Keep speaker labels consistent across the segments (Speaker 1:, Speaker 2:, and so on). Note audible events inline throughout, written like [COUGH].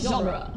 Speaker 1: genre.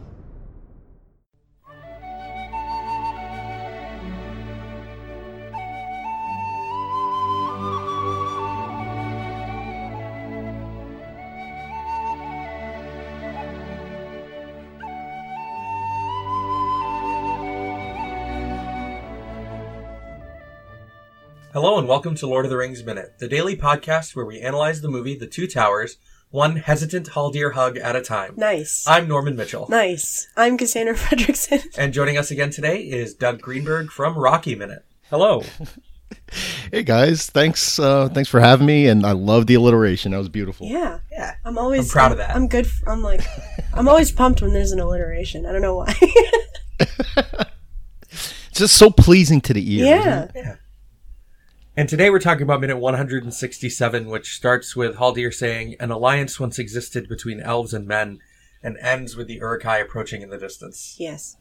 Speaker 2: Hello and welcome to Lord of the Rings Minute, the daily podcast where we analyze the movie The Two Towers, one hesitant Haldir hug at a time.
Speaker 3: Nice.
Speaker 2: I'm Norman Mitchell.
Speaker 3: nice. I'm Cassandra [LAUGHS] Fredrickson.
Speaker 2: And joining us again today is Doug Greenberg from Rocky Minute.
Speaker 4: Hello.
Speaker 5: Hey guys, thanks uh, thanks for having me, and I love the alliteration. That was beautiful.
Speaker 3: Yeah.
Speaker 2: Yeah.
Speaker 3: I'm always
Speaker 2: I'm proud of that.
Speaker 3: I'm good. f I'm like, I'm always pumped when there's an alliteration. I don't know why.
Speaker 5: It's just so pleasing to the ear.
Speaker 3: [LAUGHS]
Speaker 5: isn't
Speaker 3: yeah.
Speaker 5: it?
Speaker 2: And today we're talking about minute 167, which starts with Haldir saying, An alliance once existed between elves and men, and ends with the Urukai approaching in the distance.
Speaker 3: Yes.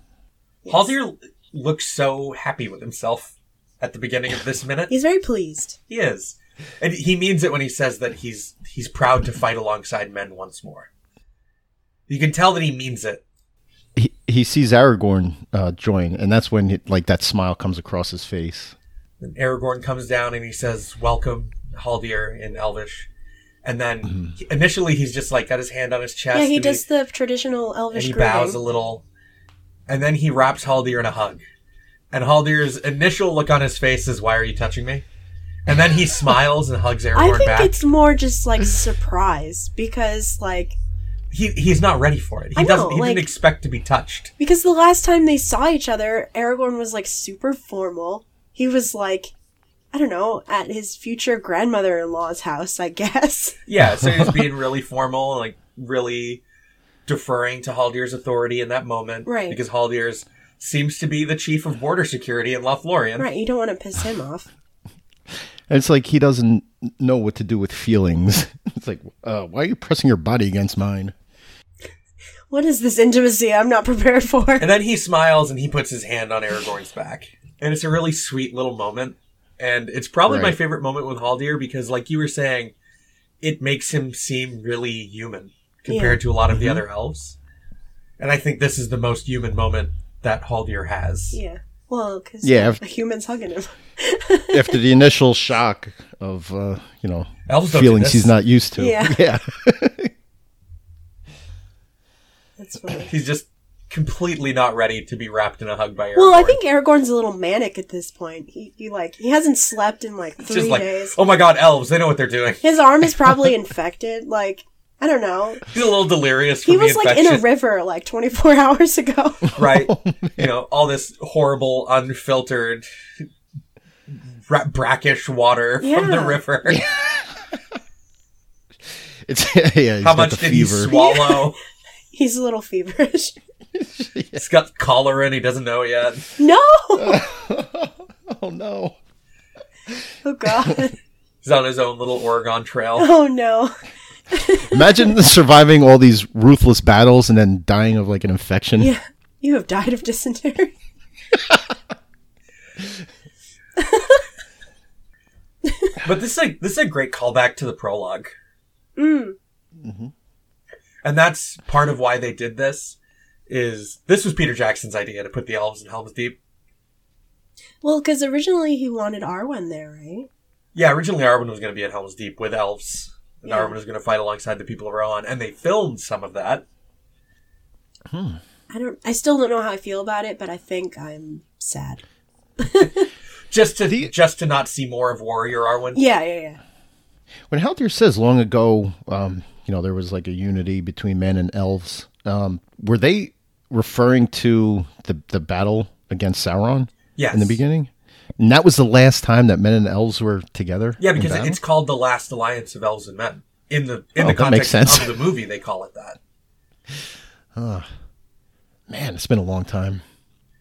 Speaker 3: Yes.
Speaker 2: Haldir looks so happy with himself at the beginning of this minute.
Speaker 3: He's very pleased.
Speaker 2: He is. And he means it when he says that he's he's proud to fight alongside men once more. You can tell that he means it.
Speaker 5: He, he sees Aragorn uh, join, and that's when it, like that smile comes across his face.
Speaker 2: And Aragorn comes down and he says, "Welcome, Haldir," in Elvish. And then he- initially he's just like got his hand on his chest.
Speaker 3: yeah, he
Speaker 2: and
Speaker 3: does the traditional
Speaker 2: and
Speaker 3: Elvish
Speaker 2: he
Speaker 3: greeting.
Speaker 2: bows a little, and then he wraps Haldir in a hug. And Haldir's initial look on his face is, "Why are you touching me?" And then he smiles and hugs
Speaker 3: I
Speaker 2: Aragorn
Speaker 3: think
Speaker 2: back.
Speaker 3: it's more just like surprise because like
Speaker 2: He he's not ready for it. He
Speaker 3: I know,
Speaker 2: doesn't. He
Speaker 3: like-
Speaker 2: didn't expect to be touched.
Speaker 3: because the last time they saw each other, Aragorn was like super formal. He was like, I don't know, at his future grandmother-in-law's house, I guess.
Speaker 2: Yeah, so he's
Speaker 3: [LAUGHS]
Speaker 2: being really formal, and like really deferring to Haldir's authority in that moment.
Speaker 3: Right.
Speaker 2: Because Haldir's seems to be the chief of border security in Lothlorien.
Speaker 3: right? You don't want to piss him off.
Speaker 5: And it's like he doesn't know what to do with feelings. [LAUGHS] it's like, uh, why are you pressing your body against mine?
Speaker 3: [LAUGHS] What is this intimacy I'm not prepared for?
Speaker 2: [LAUGHS] And then he smiles and he puts his hand on Aragorn's back. And it's a really sweet little moment. And it's probably my
Speaker 5: Right.
Speaker 2: favorite moment with Haldir because, like you were saying, it makes him seem really human compared to a lot of
Speaker 3: Mm-hmm.
Speaker 2: the other elves. And I think this is the most human moment that Haldir has.
Speaker 3: Yeah. Well, because
Speaker 5: Yeah, if-
Speaker 3: a human's hugging him. [LAUGHS]
Speaker 5: After the initial shock of uh, you know
Speaker 2: Elves don't do
Speaker 5: feelings
Speaker 2: this.
Speaker 5: he's not used to.
Speaker 3: Yeah.
Speaker 5: [LAUGHS] yeah.
Speaker 3: That's funny.
Speaker 2: He's just completely not ready to be wrapped in a hug by Aragorn.
Speaker 3: Well, I think Aragorn's a little manic at this point. He, he like he hasn't slept in like
Speaker 2: It's
Speaker 3: three
Speaker 2: just like,
Speaker 3: days.
Speaker 2: oh my god, elves, they know what they're doing. [LAUGHS]
Speaker 3: His arm is probably infected. [LAUGHS] Like I don't know.
Speaker 2: He's a little delirious from
Speaker 3: He was
Speaker 2: the
Speaker 3: like in
Speaker 2: infection,
Speaker 3: a river like 24 [LAUGHS] hours ago. [LAUGHS]
Speaker 2: right?
Speaker 5: Oh,
Speaker 2: you know, all this horrible, unfiltered, ra- brackish water from the
Speaker 3: Yeah.
Speaker 2: river.
Speaker 5: It's [LAUGHS] yeah. yeah
Speaker 2: [LAUGHS]
Speaker 5: he's
Speaker 2: How much
Speaker 5: got the
Speaker 2: did
Speaker 5: fever.
Speaker 2: he swallow?
Speaker 3: He's a little feverish. [LAUGHS]
Speaker 2: He's got cholera and he doesn't know it yet.
Speaker 3: No.
Speaker 5: [LAUGHS] oh no.
Speaker 3: Oh God. [LAUGHS]
Speaker 2: He's on his own little Oregon Trail.
Speaker 3: Oh no.
Speaker 5: Imagine [LAUGHS] surviving all these ruthless battles and then dying of like an infection.
Speaker 3: Yeah. You have died of dysentery. [LAUGHS]
Speaker 2: But this is a, this is a great callback to the prologue.
Speaker 3: Mm.
Speaker 2: And that's part of why they did this. Is this was Peter Jackson's idea to put the elves in Helm's Deep?
Speaker 3: Well, because originally he wanted Arwen there, right?
Speaker 2: Yeah, originally Arwen was going to be at Helm's Deep with elves, and
Speaker 3: Yeah.
Speaker 2: Arwen was going to fight alongside the people of Rohan, and they filmed some of that.
Speaker 3: I don't. I still don't know how I feel about it, but I think I'm sad.
Speaker 2: just to
Speaker 5: The-
Speaker 2: just to not see more of Warrior Arwen.
Speaker 3: Yeah, yeah, yeah.
Speaker 5: When Haldir says long ago, um, you know, there was like a unity between men and elves. Um, were they referring to the the battle against Sauron
Speaker 2: Yes.
Speaker 5: in the beginning? And that was the last time that men and elves were together.
Speaker 2: Yeah,
Speaker 5: in
Speaker 2: because
Speaker 5: battle?
Speaker 2: it's called the Last Alliance of Elves and Men in the in
Speaker 5: Oh,
Speaker 2: the
Speaker 5: that
Speaker 2: context
Speaker 5: makes sense.
Speaker 2: of the movie. They call it that.
Speaker 5: man, it's been a long time.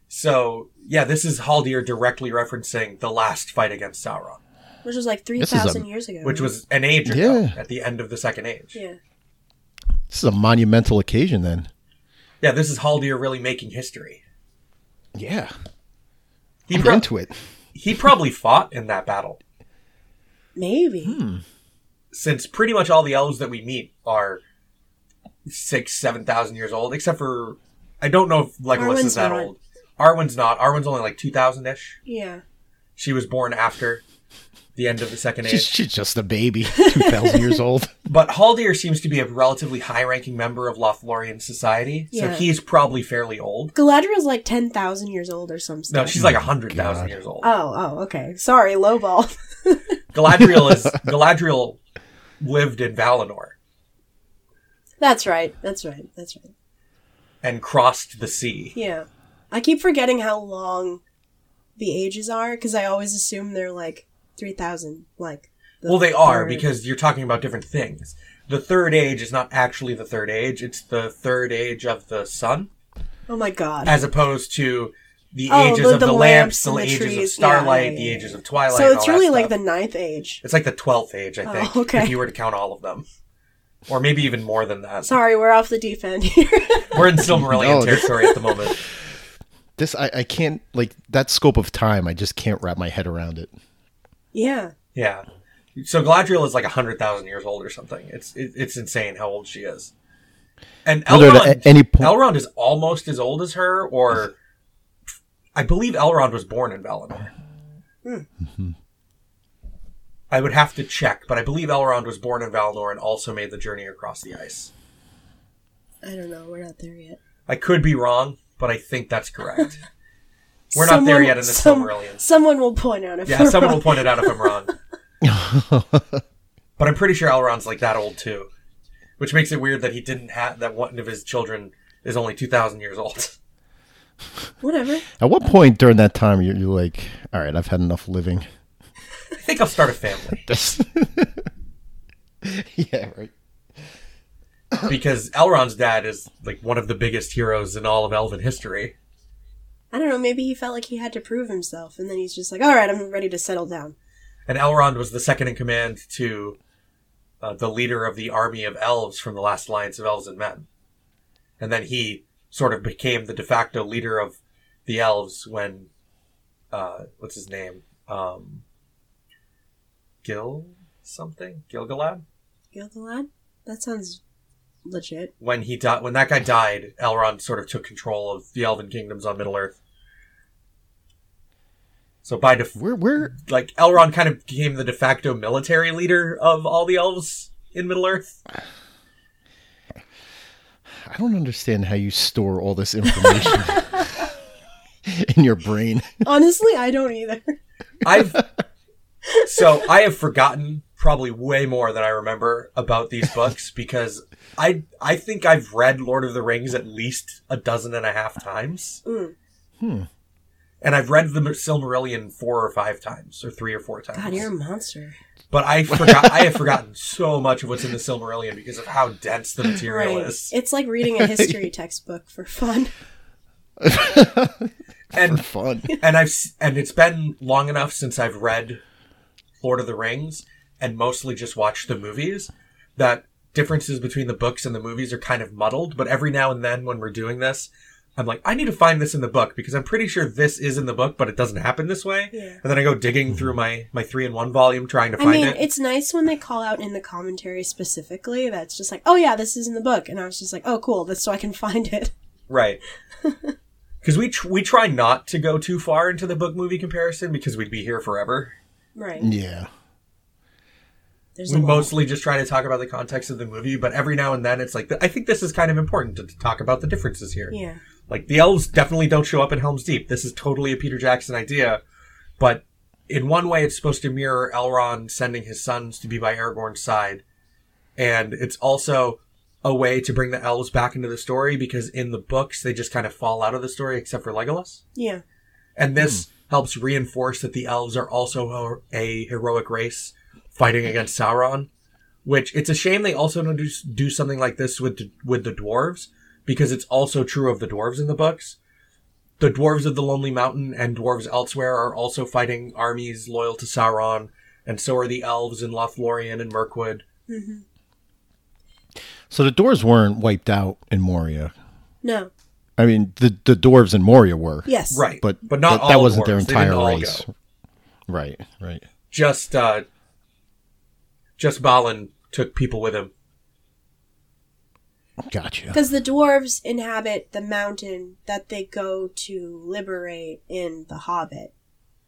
Speaker 2: So yeah, this is Haldir directly referencing the last fight against Sauron,
Speaker 3: Which was like three
Speaker 5: This is a-
Speaker 3: thousand years ago.
Speaker 2: which was an age ago
Speaker 5: Yeah.
Speaker 2: at the end of the Second Age.
Speaker 3: yeah.
Speaker 5: This is a monumental occasion, then.
Speaker 2: Yeah, this is Haldir really making history.
Speaker 5: Yeah,
Speaker 2: He
Speaker 5: I'm
Speaker 2: pro-
Speaker 5: into it.
Speaker 2: he probably fought in that battle
Speaker 3: Maybe.
Speaker 5: Hmm.
Speaker 2: since pretty much all the elves that we meet are six, seven thousand years old, except for I don't know if Legolas
Speaker 3: Arwen's
Speaker 2: is that
Speaker 3: not.
Speaker 2: old. Arwen's not. Arwen's only like two thousand ish.
Speaker 3: Yeah.
Speaker 2: She was born after the end of the second
Speaker 5: She's,
Speaker 2: age.
Speaker 5: she's just
Speaker 2: [LAUGHS]
Speaker 5: a baby, 2,000 years old.
Speaker 2: But Haldir seems to be a relatively high ranking member of Lothlorien society, so
Speaker 3: Yeah.
Speaker 2: he's probably fairly old.
Speaker 3: Galadriel's like 10,000 years old or some
Speaker 2: No,
Speaker 3: stuff.
Speaker 2: she's like hundred thousand
Speaker 5: Oh God.
Speaker 2: years old.
Speaker 3: Oh, oh, okay. Sorry, lowball. [LAUGHS]
Speaker 2: Galadriel is Galadriel lived in Valinor
Speaker 3: that's right. That's right. That's right.
Speaker 2: and crossed the sea.
Speaker 3: Yeah. I keep forgetting how long the ages are because I always assume they're like 3,000. Like, the
Speaker 2: Well, they are
Speaker 3: third-
Speaker 2: because you're talking about different things. The third age is not actually the third age; it's the third age of the sun,
Speaker 3: Oh my god.
Speaker 2: as opposed to the
Speaker 3: Oh,
Speaker 2: ages
Speaker 3: the-
Speaker 2: of
Speaker 3: the
Speaker 2: the, lamps,
Speaker 3: lamps
Speaker 2: the,
Speaker 3: and the
Speaker 2: ages of
Speaker 3: trees. Yeah, yeah,
Speaker 2: starlight,
Speaker 3: yeah,
Speaker 2: the
Speaker 3: yeah.
Speaker 2: ages of twilight.
Speaker 3: so
Speaker 2: and
Speaker 3: it's
Speaker 2: all that
Speaker 3: really like
Speaker 2: stuff.
Speaker 3: the ninth age.
Speaker 2: it's like the twelfth age, I think,
Speaker 3: okay.
Speaker 2: if you were to count all of
Speaker 3: [LAUGHS]
Speaker 2: them, or maybe even more than that.
Speaker 3: Sorry, we're off the deep end [LAUGHS] here.
Speaker 2: We're in Silmarillion
Speaker 5: No,
Speaker 2: territory
Speaker 3: [LAUGHS]
Speaker 2: at the moment.
Speaker 5: This, I, I can't, like, that scope of time, I just can't wrap my head around it.
Speaker 3: yeah.
Speaker 2: Yeah. So Galadriel is like hundred thousand years old or something. It's it, it's insane how old she is. And
Speaker 5: Whether at
Speaker 2: Elrond,
Speaker 5: a- any point-
Speaker 2: Elrond is almost as old as her, or I believe Elrond was born in Valinor. Hmm. [LAUGHS] I would have to check, but I believe Elrond was born in Valinor and also made the journey across the ice.
Speaker 3: I don't know. We're not there yet.
Speaker 2: I could be wrong, but I think that's correct. We're not there yet in the Silmarillion.
Speaker 3: Someone will point out if
Speaker 2: Yeah,
Speaker 3: we're
Speaker 2: someone
Speaker 3: wrong.
Speaker 2: will point it out if I'm wrong. but I'm pretty sure Elrond's like that old too, which makes it weird that he didn't have that one of his children is only two thousand years old. [LAUGHS]
Speaker 3: Whatever.
Speaker 5: At what point during that time you're, you're like, all right, I've had enough living?
Speaker 2: I think I'll start a family
Speaker 5: That's- [LAUGHS] yeah, right.
Speaker 2: because Elrond's dad is like one of the biggest heroes in all of Elven history.
Speaker 3: I don't know. Maybe he felt like he had to prove himself, and then he's just like, "All right, I'm ready to settle down."
Speaker 2: And Elrond was the second in command to uh, the leader of the army of elves from the last alliance of elves and men. And then he sort of became the de facto leader of the elves when, uh, what's his name? Um, Gil something? Gilgalad?
Speaker 3: Gilgalad. That sounds
Speaker 2: [LAUGHS]
Speaker 3: legit.
Speaker 2: When he died, when that guy died, Elrond sort of took control of the elven kingdoms on Middle Earth. So by def-
Speaker 5: Where, where,
Speaker 2: like Elrond kind of became the de facto military leader of all the elves in Middle Earth.
Speaker 5: I don't understand how you store all this information [LAUGHS] in your brain.
Speaker 3: Honestly, I don't either.
Speaker 2: I've so I have forgotten probably way more than I remember about these books because I I think I've read Lord of the Rings at least a dozen and a half times,
Speaker 3: Mm.
Speaker 2: and I've read the Silmarillion four or five times, or three or four times.
Speaker 3: God, you're a monster.
Speaker 2: But I forgot I have forgotten so much of what's in the Silmarillion because of how dense the material
Speaker 3: Right.
Speaker 2: is.
Speaker 3: It's like
Speaker 2: [LAUGHS]
Speaker 3: reading a history textbook for fun.
Speaker 5: For
Speaker 2: And
Speaker 5: fun.
Speaker 2: and I've s- and it's been long enough since I've read Lord of the Rings and mostly just watched the movies that differences between the books and the movies are kind of muddled. But every now and then, when we're doing this, I'm like, I need to find this in the book because I'm pretty sure this is in the book, but it doesn't happen this way.
Speaker 3: Yeah.
Speaker 2: And then I go digging through my my three in one volume trying to
Speaker 3: I
Speaker 2: find
Speaker 3: mean,
Speaker 2: it.
Speaker 3: it's nice when they call out in the commentary specifically that's just like, "Oh yeah, this is in the book," and I was just like, "Oh cool, that's so I can [LAUGHS] find it." [LAUGHS]
Speaker 2: Right. Because we tr- we try not to go too far into the book movie comparison because we'd be here forever.
Speaker 3: Right.
Speaker 5: Yeah.
Speaker 3: There's
Speaker 2: we
Speaker 3: a lot.
Speaker 2: mostly just try to talk about the context of the movie, but every now and then it's like, I think this is kind of important to, to talk about the differences here.
Speaker 3: Yeah.
Speaker 2: Like, the elves definitely don't show up in Helm's Deep. This is totally a Peter Jackson idea, but in one way, it's supposed to mirror Elrond sending his sons to be by Aragorn's side. And it's also a way to bring the elves back into the story because in the books, they just kind of fall out of the story except for Legolas.
Speaker 3: Yeah.
Speaker 2: And this helps reinforce that the elves are also a a heroic race fighting against Sauron, which it's a shame they also don't do, do something like this with the- with the dwarves because it's also true of the dwarves in the books. The dwarves of the Lonely Mountain and dwarves elsewhere are also fighting armies loyal to Sauron, and so are the elves in Lothlorien and Mirkwood.
Speaker 5: So the doors weren't wiped out in Moria.
Speaker 3: No.
Speaker 5: I mean, the, the dwarves in Moria were.
Speaker 3: Yes.
Speaker 2: Right,
Speaker 5: But,
Speaker 2: but not
Speaker 5: that,
Speaker 2: all
Speaker 5: that wasn't their
Speaker 2: dwarves. They didn't
Speaker 5: entire
Speaker 2: all
Speaker 5: race.
Speaker 2: go.
Speaker 5: Right, right.
Speaker 2: Just uh, just Balin took people with him.
Speaker 5: Gotcha.
Speaker 3: Because the dwarves inhabit the mountain that they go to liberate in The Hobbit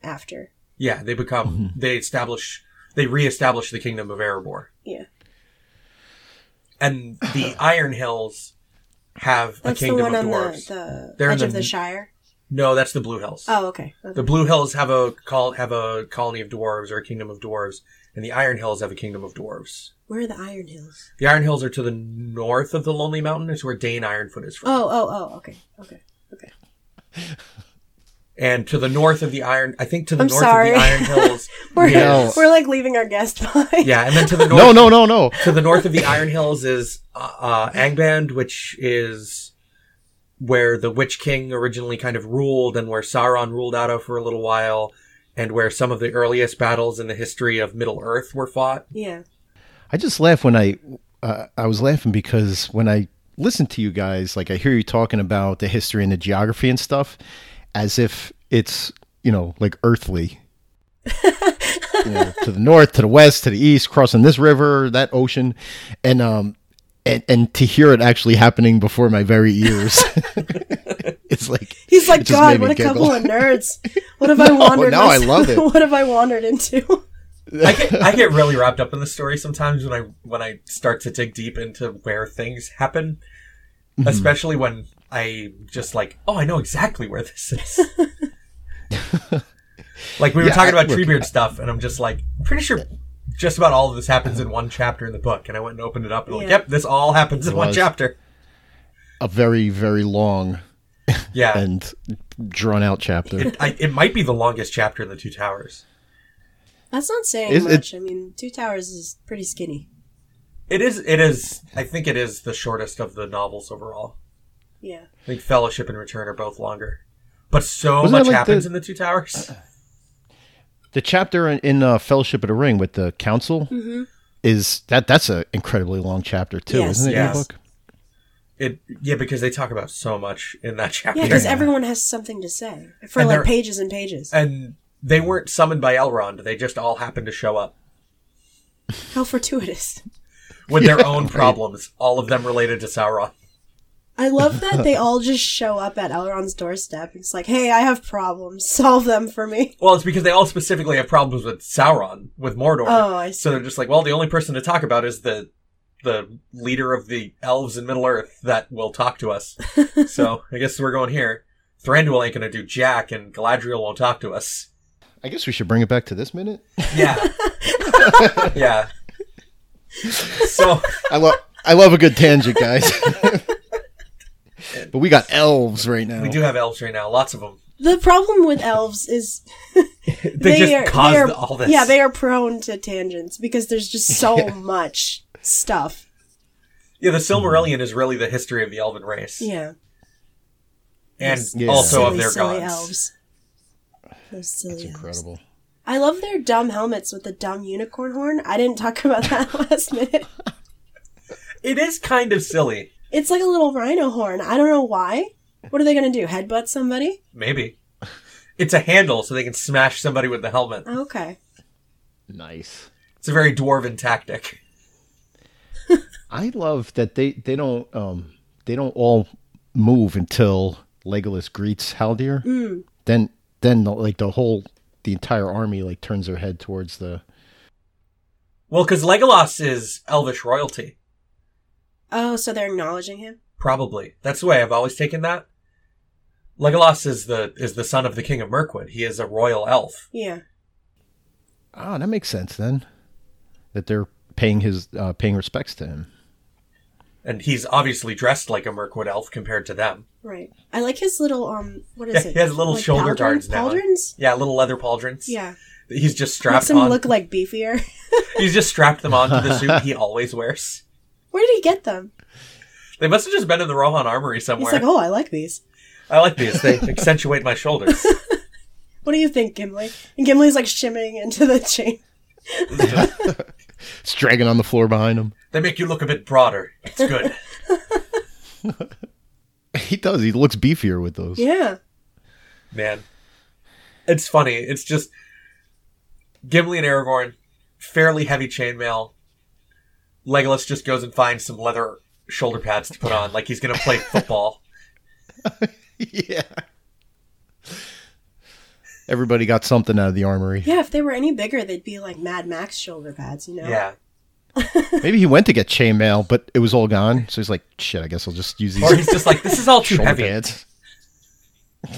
Speaker 3: after.
Speaker 2: Yeah, they become they establish they reestablish the kingdom of Erebor.
Speaker 3: Yeah.
Speaker 2: And
Speaker 3: [LAUGHS]
Speaker 2: the Iron Hills have
Speaker 3: That's
Speaker 2: a
Speaker 3: the
Speaker 2: kingdom
Speaker 3: one
Speaker 2: of
Speaker 3: on
Speaker 2: dwarves.
Speaker 3: the, the
Speaker 2: They're in
Speaker 3: edge of
Speaker 2: the-
Speaker 3: the Shire.
Speaker 2: No, that's the Blue Hills.
Speaker 3: Oh, okay. okay.
Speaker 2: The Blue Hills have a col- have a colony of dwarves or a kingdom of dwarves, and the Iron Hills have a kingdom of dwarves.
Speaker 3: Where are the Iron Hills?
Speaker 2: The Iron Hills are to the north of the Lonely Mountain. It's where Dane Ironfoot is from.
Speaker 3: Oh, oh, oh, okay. Okay. Okay.
Speaker 2: And to the north of the Iron, I think to the
Speaker 3: I'm
Speaker 2: north
Speaker 3: sorry.
Speaker 2: of the Iron Hills.
Speaker 3: [LAUGHS] We're,
Speaker 5: Yeah.
Speaker 3: we're like leaving our guest [LAUGHS] behind.
Speaker 2: yeah, and then
Speaker 3: [LAUGHS]
Speaker 2: to the north,
Speaker 5: No, no, no, no.
Speaker 2: to the north of the Iron Hills is uh, uh, Angband, which is where the Witch King originally kind of ruled, and where Sauron ruled out of for a little while, and where some of the earliest battles in the history of Middle Earth were fought.
Speaker 3: Yeah.
Speaker 5: I just laugh when I uh, I was laughing because when I listen to you guys, like I hear you talking about the history and the geography and stuff, as if it's you know like earthly. You know, to the north, to the west, to the east, crossing this river, that ocean, and um, and and to hear it actually happening before my very ears, [LAUGHS] it's like
Speaker 3: He's like,
Speaker 5: it just
Speaker 3: God,
Speaker 5: made me
Speaker 3: what a
Speaker 5: giggle." Oh,
Speaker 3: couple of
Speaker 5: [LAUGHS]
Speaker 3: nerds. What have I
Speaker 5: No,
Speaker 3: wandered
Speaker 5: no, I
Speaker 3: myself-
Speaker 5: love it.
Speaker 3: [LAUGHS] What have I wandered into? [LAUGHS]
Speaker 2: I get, I get really wrapped up in the story sometimes when I when I start to dig deep into where things happen,
Speaker 5: Mm-hmm.
Speaker 2: especially when I just like, oh, I know exactly where this is. like we were
Speaker 5: Yeah,
Speaker 2: talking
Speaker 5: I-
Speaker 2: about
Speaker 5: look,
Speaker 2: Treebeard stuff, and I'm just like, I'm pretty sure just about all of this happens in one chapter in the book. And I went and opened it up, and like,
Speaker 3: Yeah.
Speaker 2: yep, this all happens in one
Speaker 5: was.
Speaker 2: chapter.
Speaker 5: a very very long
Speaker 2: Yeah,
Speaker 5: and drawn out chapter.
Speaker 2: it, I, it might be the longest chapter in the Two Towers.
Speaker 3: That's not saying
Speaker 5: Is it-
Speaker 3: much. I mean, Two Towers is pretty skinny.
Speaker 2: It is. It is. I think it is the shortest of the novels overall.
Speaker 3: Yeah.
Speaker 2: I think Fellowship and Return are both longer. But so
Speaker 5: Wasn't that
Speaker 2: much
Speaker 5: like
Speaker 2: happens
Speaker 5: the- Uh-uh.
Speaker 2: in the Two Towers.
Speaker 5: The chapter in, in uh, Fellowship of the Ring with the council is that that's an incredibly long chapter too,
Speaker 3: Yes.
Speaker 5: isn't it?
Speaker 2: Yes.
Speaker 5: In the book?
Speaker 2: It yeah, because they talk about so much in that chapter.
Speaker 3: Yeah, because everyone has something to say for
Speaker 2: And
Speaker 3: like
Speaker 2: they're-
Speaker 3: pages and pages.
Speaker 2: and they weren't summoned by Elrond. They just all happened to show up
Speaker 3: How fortuitous.
Speaker 2: with their own problems, all of them related to Sauron.
Speaker 3: I love that they all just show up at Elrond's doorstep. It's like, hey, I have problems. [LAUGHS] Solve them for me.
Speaker 2: Well, it's because they all specifically have problems with Sauron, with Mordor.
Speaker 3: Oh, I see.
Speaker 2: So they're just like, well, the only person to talk about is the the leader of the elves in Middle Earth that will talk to
Speaker 3: [LAUGHS]
Speaker 2: us. so I guess we're going here. Thranduil ain't gonna do jack, and Galadriel won't talk to us.
Speaker 5: I guess we should bring it back to this minute.
Speaker 2: Yeah. yeah. So
Speaker 5: I love I love a good tangent, guys. [LAUGHS] but we got elves right now.
Speaker 2: we do have elves right now, lots of them.
Speaker 3: The problem with elves is
Speaker 2: [LAUGHS] They, just caused
Speaker 3: they are-
Speaker 2: all this.
Speaker 3: Yeah, they are prone to tangents because there's just
Speaker 2: [LAUGHS]
Speaker 3: so much stuff.
Speaker 2: Yeah, the Silmarillion is really the history of the elven race,
Speaker 3: Yeah.
Speaker 2: and
Speaker 3: Those
Speaker 5: Yeah.
Speaker 2: also
Speaker 3: silly,
Speaker 2: of their
Speaker 3: silly
Speaker 2: gods.
Speaker 3: elves. Those silly
Speaker 5: It's
Speaker 3: elves.
Speaker 5: incredible.
Speaker 3: I love their dumb helmets with the dumb unicorn horn. I didn't talk [LAUGHS] about that last minute.
Speaker 2: It is kind of silly,
Speaker 3: It's like a little rhino horn. I don't know why. What are they going to do? Headbutt somebody?
Speaker 2: maybe. It's a handle, so they can smash somebody with the helmet.
Speaker 3: Okay.
Speaker 5: Nice.
Speaker 2: It's a very dwarven tactic.
Speaker 5: I love that they they don't um they don't all move until Legolas greets Haldir.
Speaker 3: Mm. Hmm.
Speaker 5: Then then like the whole the entire army like turns their head towards the
Speaker 2: Well, because Legolas is elvish royalty,
Speaker 3: Oh, so they're acknowledging him?
Speaker 2: probably. That's the way I've always taken that. Legolas is the is the son of the king of Mirkwood. He is a royal elf.
Speaker 3: Yeah.
Speaker 5: Ah, that makes sense then. That they're paying his uh, paying respects
Speaker 2: [LAUGHS]
Speaker 5: to him.
Speaker 2: and he's obviously dressed like a Mirkwood elf compared to them.
Speaker 3: Right. I like his little, um, what is
Speaker 2: Yeah,
Speaker 3: it?
Speaker 2: he has little
Speaker 3: Like
Speaker 2: shoulder
Speaker 3: pauldron-
Speaker 2: guards now.
Speaker 3: Pauldrons?
Speaker 2: Yeah, little leather pauldrons.
Speaker 3: Yeah.
Speaker 2: he's just
Speaker 3: Makes
Speaker 2: strapped
Speaker 3: him
Speaker 2: on.
Speaker 3: look like beefier. [LAUGHS]
Speaker 2: he's just strapped them onto the suit he always wears.
Speaker 3: Where did he get them?
Speaker 2: They must have just been in the Rohan armory
Speaker 3: He's
Speaker 2: somewhere.
Speaker 3: like, oh, I like these.
Speaker 2: I like these; they accentuate my shoulders.
Speaker 3: What do you think, Gimli? And Gimli's like shimmying into the [LAUGHS] chain.
Speaker 5: It's dragging on the floor behind him.
Speaker 2: they make you look a bit broader. It's
Speaker 3: [LAUGHS]
Speaker 2: good.
Speaker 5: He does. He looks beefier with those.
Speaker 3: Yeah.
Speaker 2: man. It's funny. It's just Gimli and Aragorn, fairly heavy chainmail. Legolas just goes and finds some leather shoulder pads to put on, like he's gonna play
Speaker 3: [LAUGHS]
Speaker 2: football.
Speaker 5: [LAUGHS] yeah. Everybody got something out of the armory.
Speaker 3: Yeah, if they were any bigger, they'd be like Mad Max shoulder pads, you know?
Speaker 2: Yeah,
Speaker 5: Maybe he went to get chainmail, but it was all gone. So he's like, "Shit, I guess I'll just use
Speaker 2: or
Speaker 5: these
Speaker 2: he's just like, this is all too
Speaker 5: shoulder
Speaker 2: heavy.
Speaker 5: pads."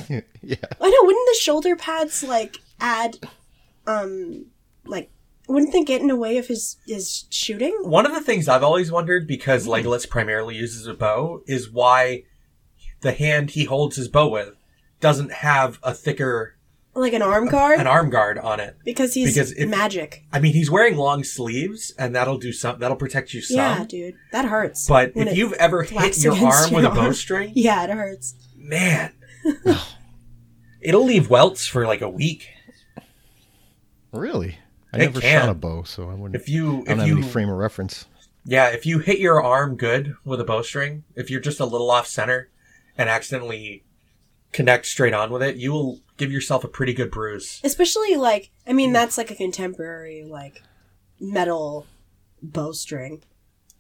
Speaker 5: yeah,
Speaker 3: I know, wouldn't the shoulder pads like add um like wouldn't they get in the way of his his shooting?
Speaker 2: One of the things I've always wondered,
Speaker 3: Mm-hmm.
Speaker 2: because Legolas primarily uses a bow, is why the hand he holds his bow with doesn't have a thicker
Speaker 3: Like an arm guard?
Speaker 2: an arm guard on it.
Speaker 3: because he's
Speaker 2: because if-
Speaker 3: magic.
Speaker 2: I mean, he's wearing long sleeves, and that'll do some. That'll protect you some.
Speaker 3: Yeah, dude. That hurts.
Speaker 2: But
Speaker 3: when
Speaker 2: if
Speaker 3: it
Speaker 2: you've ever hit
Speaker 3: whacks
Speaker 2: your
Speaker 3: against
Speaker 2: arm with a
Speaker 3: your arm.
Speaker 2: bowstring,
Speaker 3: [LAUGHS] Yeah, it hurts. [LAUGHS]
Speaker 2: man, it'll leave welts for like a week.
Speaker 5: really. I
Speaker 2: It
Speaker 5: never
Speaker 2: can.
Speaker 5: shot a bow, so I wouldn't.
Speaker 2: If you,
Speaker 5: I don't
Speaker 2: if
Speaker 5: have
Speaker 2: you,
Speaker 5: any frame of reference.
Speaker 2: yeah, if you hit your arm good with a bowstring, if you're just a little off center and accidentally connect straight on with it, you will give yourself a pretty good bruise.
Speaker 3: Especially like I mean that's like a contemporary like metal bowstring.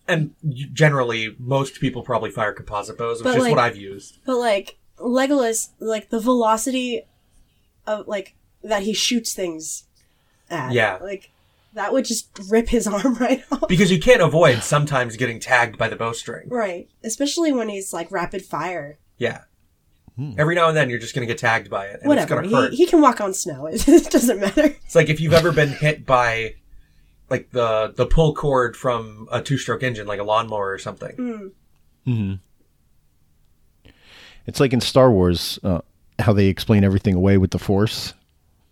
Speaker 2: And you- generally, most people probably fire composite bows, which
Speaker 3: But,
Speaker 2: is
Speaker 3: like-
Speaker 2: what I've used.
Speaker 3: But like Legolas, like the velocity of like that he shoots things at.
Speaker 2: Yeah.
Speaker 3: Like that would just rip his [LAUGHS] arm right off.
Speaker 2: Because you can't avoid sometimes getting tagged by the bowstring.
Speaker 3: Right. Especially when he's like rapid fire.
Speaker 2: Yeah. Every now and then you're just going to get tagged by it and
Speaker 3: Whatever.
Speaker 2: it's going to
Speaker 3: He,
Speaker 2: hurt.
Speaker 3: he can walk on snow. [LAUGHS] It doesn't matter.
Speaker 2: It's like if you've ever been hit by like the the pull cord from a two-stroke engine like a lawnmower or something.
Speaker 5: Mm-hmm. It's like in Star Wars, uh, how they explain everything away with the Force.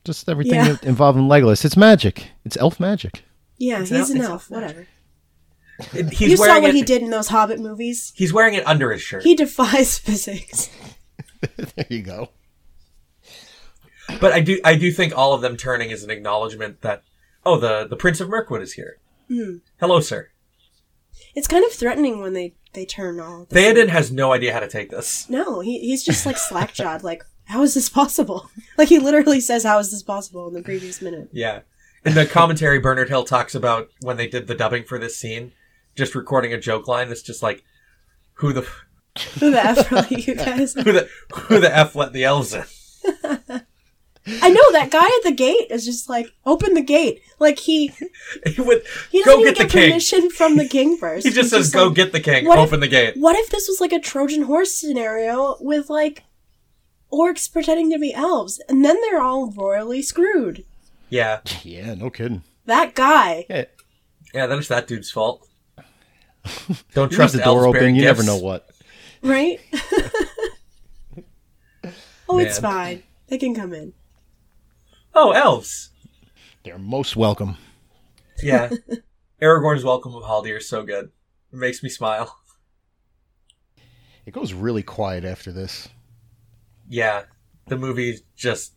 Speaker 5: Just everything
Speaker 3: Yeah.
Speaker 5: that- involving Legolas. It's magic. It's elf magic.
Speaker 3: Yeah,
Speaker 2: an
Speaker 3: he's
Speaker 2: elf-
Speaker 3: an
Speaker 2: it's
Speaker 3: elf. Whatever.
Speaker 2: It- he's
Speaker 3: Mm. you saw
Speaker 2: wearing
Speaker 3: what
Speaker 2: it,
Speaker 3: he did in those Hobbit movies.
Speaker 2: He's wearing it under his shirt.
Speaker 3: He defies [LAUGHS] physics.
Speaker 5: [LAUGHS] there you go.
Speaker 2: But I do I do think all of them turning is an acknowledgement that oh the the Prince of Mirkwood is here.
Speaker 3: Hmm.
Speaker 2: Hello sir.
Speaker 3: It's kind of threatening when they they turn all. at the same-
Speaker 2: Theoden has no idea how to take this.
Speaker 3: No, he, he's just like slackjawed. like, how is this possible? [LAUGHS] Like he literally says, "How is this possible?" in the previous minute. [LAUGHS]
Speaker 2: Yeah. In the commentary Bernard Hill talks about when they did the dubbing for this scene just recording a joke line that's just like who the f-
Speaker 3: Who the f are you guys?
Speaker 2: who the who the f let the elves in? [LAUGHS]
Speaker 3: I know that guy at the gate is just like, "Open the gate!" Like he
Speaker 2: With,
Speaker 3: he doesn't
Speaker 2: go
Speaker 3: even
Speaker 2: get the
Speaker 3: get
Speaker 2: king.
Speaker 3: permission from the king first.
Speaker 2: He just
Speaker 3: He's
Speaker 2: says, "Go
Speaker 3: like,
Speaker 2: get the king.
Speaker 3: what if-
Speaker 2: Open the gate."
Speaker 3: What if this was like a Trojan horse scenario with like orcs pretending to be elves, and then they're all royally screwed?
Speaker 2: Yeah,
Speaker 5: Yeah, no kidding.
Speaker 3: That guy.
Speaker 5: Yeah,
Speaker 2: yeah. Then it's that dude's
Speaker 5: [LAUGHS]
Speaker 2: fault. Don't
Speaker 5: leave
Speaker 2: trust
Speaker 5: the door
Speaker 2: elves
Speaker 5: open.
Speaker 2: bearing
Speaker 5: You never
Speaker 2: gifts.
Speaker 5: know what.
Speaker 3: right? [LAUGHS] oh, it's
Speaker 2: Man.
Speaker 3: fine. They can come in.
Speaker 2: Oh, elves.
Speaker 5: They're most welcome.
Speaker 2: Yeah, [LAUGHS] Aragorn's welcome of Haldir is so good. It makes me smile.
Speaker 5: It goes really quiet after this.
Speaker 2: Yeah, the movie just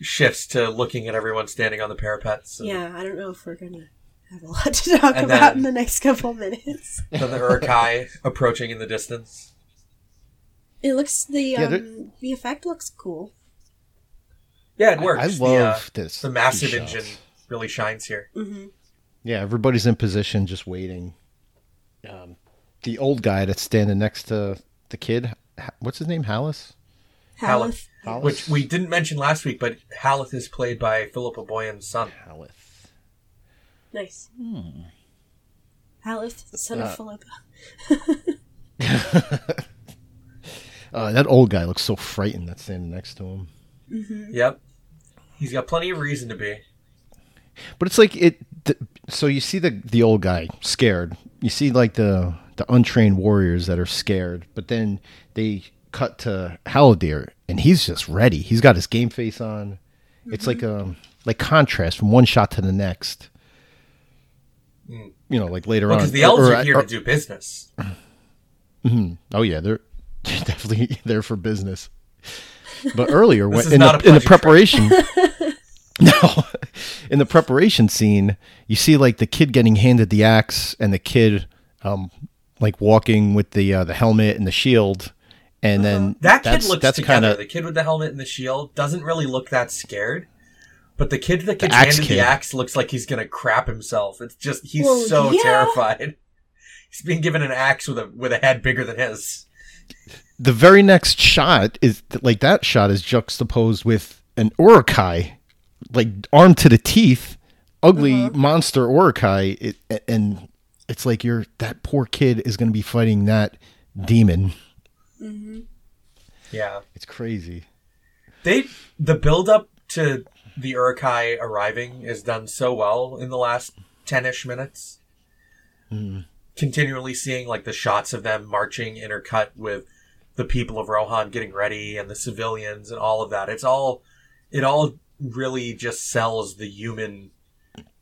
Speaker 2: shifts to looking at everyone standing on the parapets. And
Speaker 3: Yeah, I don't know if we're gonna have a lot to talk
Speaker 2: And
Speaker 3: about
Speaker 2: then-
Speaker 3: in the next couple minutes.
Speaker 2: Then the Urukai approaching in the distance.
Speaker 3: It looks the
Speaker 5: Yeah,
Speaker 3: um,
Speaker 5: there-
Speaker 3: the effect looks cool.
Speaker 2: Yeah, it
Speaker 5: I-
Speaker 2: works.
Speaker 5: I
Speaker 2: The, uh,
Speaker 5: love this.
Speaker 2: The massive
Speaker 5: these shots.
Speaker 2: engine really shines here.
Speaker 3: Mm-hmm.
Speaker 5: Yeah, everybody's in position, just waiting. Um, the old guy that's standing next to the kid, Ha- what's his name? Hallis.
Speaker 3: Halith.
Speaker 5: Hallis?
Speaker 2: Which we didn't mention last week, but Halith is played by Philippa Boyan's son.
Speaker 5: Halith.
Speaker 3: Nice.
Speaker 2: Hmm.
Speaker 3: Halith, son of Philippa.
Speaker 5: Uh, that old guy looks so frightened that's standing next to him.
Speaker 2: Yep. He's got plenty of reason to be.
Speaker 5: But it's like it. Th- so you see the the old guy scared. You see like the the untrained warriors that are scared. But then they cut to Haldir, and he's just ready. He's got his game face on. It's like
Speaker 2: Mm-hmm.
Speaker 5: um like contrast from one shot to the next. You know, like later on.
Speaker 2: Because Mm. the
Speaker 5: Or-
Speaker 2: elves
Speaker 5: or-
Speaker 2: are here
Speaker 5: or-
Speaker 2: to do business.
Speaker 5: Oh yeah, they're [LAUGHS] definitely there for business.
Speaker 2: [LAUGHS]
Speaker 5: But earlier, when,
Speaker 2: is
Speaker 5: in,
Speaker 2: not a
Speaker 5: the, in the
Speaker 2: pleasure
Speaker 5: preparation,
Speaker 2: [LAUGHS]
Speaker 5: [LAUGHS] no, in the preparation scene, you see like the kid getting handed the axe, and the kid, um, like walking with the uh, the helmet and the shield, and then
Speaker 2: That kid
Speaker 5: that's,
Speaker 2: looks
Speaker 5: that's
Speaker 2: together.
Speaker 5: kind
Speaker 2: the
Speaker 5: of
Speaker 2: kid with the helmet and the shield doesn't really look that scared. But the kid that gets
Speaker 5: axe
Speaker 2: handed
Speaker 5: kid.
Speaker 2: the axe looks like he's gonna crap himself. It's just he's
Speaker 3: Well,
Speaker 2: so
Speaker 3: yeah.
Speaker 2: terrified. [LAUGHS] He's He's being given an axe with a with a head bigger than his.
Speaker 5: The very next shot is like that shot is juxtaposed with an Urukai, like armed to the teeth, ugly monster Urukai. It, and it's like you're that poor kid is going to be fighting that demon.
Speaker 2: Yeah.
Speaker 5: It's crazy.
Speaker 2: They the build up to the Urukai arriving is done so well in the last ten ish minutes.
Speaker 5: Hmm.
Speaker 2: Continually seeing like the shots of them marching intercut with the people of Rohan getting ready and the civilians and all of that. It's all it all really just sells the human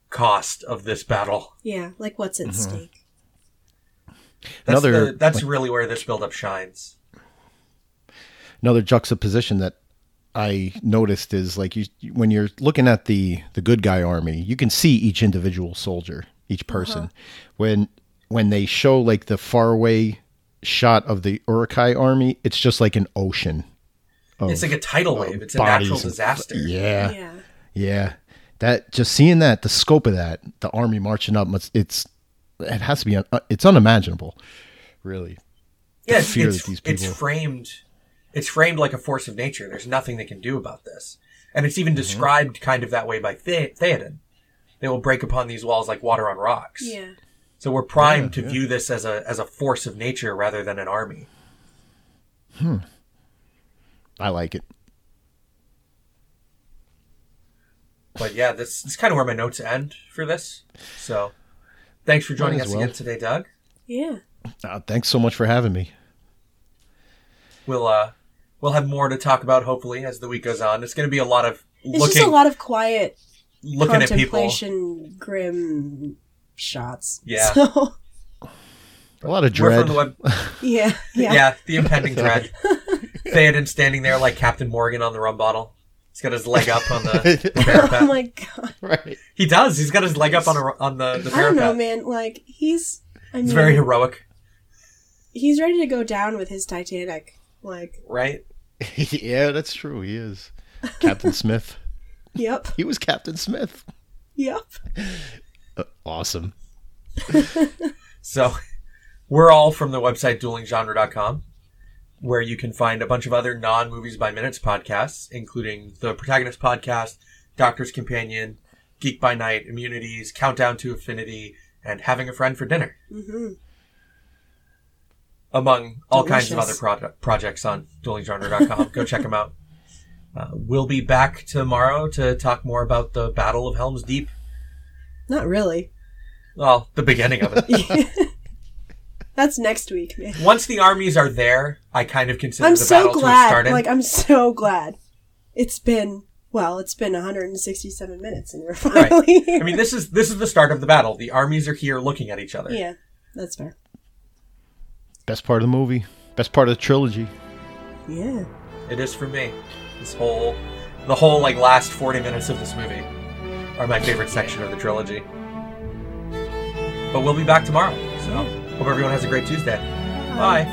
Speaker 2: cost of this battle.
Speaker 3: Yeah, like what's
Speaker 2: mm-hmm.
Speaker 3: at stake?
Speaker 2: That's
Speaker 5: Another-
Speaker 2: the, that's really where this build up shines.
Speaker 5: another juxtaposition that I noticed is like you when you're looking at the the good guy army, you can see each individual soldier, each
Speaker 2: Uh-huh.
Speaker 5: person. When when they show like the faraway shot of the Urukai army, it's just like an ocean.
Speaker 2: It's like a tidal wave. It's a
Speaker 5: oh, uh, bodies
Speaker 2: natural
Speaker 5: and-
Speaker 2: disaster.
Speaker 5: Yeah, yeah.
Speaker 3: Yeah.
Speaker 5: That just seeing that the scope of that, the army marching up, must- it's it has to be un, uh, it's unimaginable, really.
Speaker 2: yeah, it's,
Speaker 5: fear
Speaker 2: it's,
Speaker 5: that these
Speaker 2: it's
Speaker 5: people-
Speaker 2: framed it's framed like a force of nature. There's nothing they can do about this. And it's even
Speaker 5: Mm-hmm.
Speaker 2: described kind of that way by the- Theoden. They will break upon these walls like water on rocks.
Speaker 3: Yeah.
Speaker 2: So we're primed to view this as a as a force of nature rather than an army.
Speaker 5: I like it.
Speaker 2: But yeah, this, this is kind of where my notes end for this. So thanks for joining
Speaker 5: Might
Speaker 2: us
Speaker 5: as well.
Speaker 2: again today, Doug.
Speaker 3: Yeah.
Speaker 5: Uh, thanks so much for having me.
Speaker 2: We'll uh we'll have more to talk about hopefully as the week goes on. It's going to be a lot of
Speaker 3: It's just
Speaker 2: looking
Speaker 3: a lot of quiet
Speaker 2: looking at people.
Speaker 3: contemplation, grim shots.
Speaker 2: Yeah.
Speaker 3: [LAUGHS] So,
Speaker 5: A lot of
Speaker 2: We're
Speaker 5: dread.
Speaker 2: from the web
Speaker 3: yeah. Yeah.
Speaker 2: Yeah, the impending threat. Theoden standing there like Captain Morgan on the rum bottle. He's got his leg up on the, the parapet.
Speaker 3: [LAUGHS] Oh my god.
Speaker 5: right.
Speaker 2: he does. He's got his leg up on a, on the, the
Speaker 3: I don't
Speaker 2: parapet.
Speaker 3: know, man. Like he's. I mean,
Speaker 2: It's very heroic,
Speaker 3: he's ready to go down with his Titanic. Like,
Speaker 2: right?
Speaker 5: yeah, that's true. He is Captain Smith.
Speaker 3: yep,
Speaker 5: He was Captain Smith.
Speaker 3: yep.
Speaker 5: Uh, awesome.
Speaker 2: So [LAUGHS] we're all from the website duelinggenre.com, where you can find a bunch of other non movies by minutes podcasts, including the Protagonist Podcast, Doctor's Companion, Geek by Night, Immunities, Countdown to Affinity, and Having a Friend for Dinner.
Speaker 3: hmm
Speaker 2: among all kinds of other
Speaker 3: Delicious.
Speaker 2: product, projects on duelinggenre.com. Go check them out. Uh, we'll be back tomorrow to talk more about the Battle of Helm's Deep.
Speaker 3: Not really.
Speaker 2: Well, the beginning of it.
Speaker 3: That's next week, man.
Speaker 2: Once the armies are there, I kind of consider
Speaker 3: I'm
Speaker 2: the
Speaker 3: so
Speaker 2: battle to have
Speaker 3: glad.
Speaker 2: started.
Speaker 3: Like, I'm so glad. It's been well, it's been 167 minutes, and we're
Speaker 2: Right.
Speaker 3: finally here.
Speaker 2: I mean, this is this is the start of the battle. The armies are here, looking at each other.
Speaker 3: yeah, that's fair.
Speaker 5: Best part of the movie. Best part of the trilogy.
Speaker 3: Yeah.
Speaker 2: It is for me. This whole, the whole like last forty minutes of this movie are my favorite section of the trilogy. But we'll be back tomorrow. So hope everyone has a great Tuesday. Bye.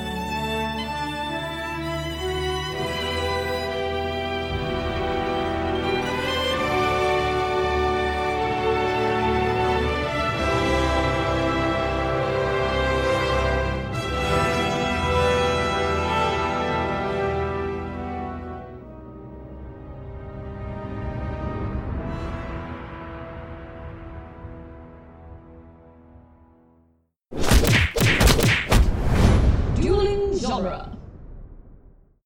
Speaker 1: Dueling genre.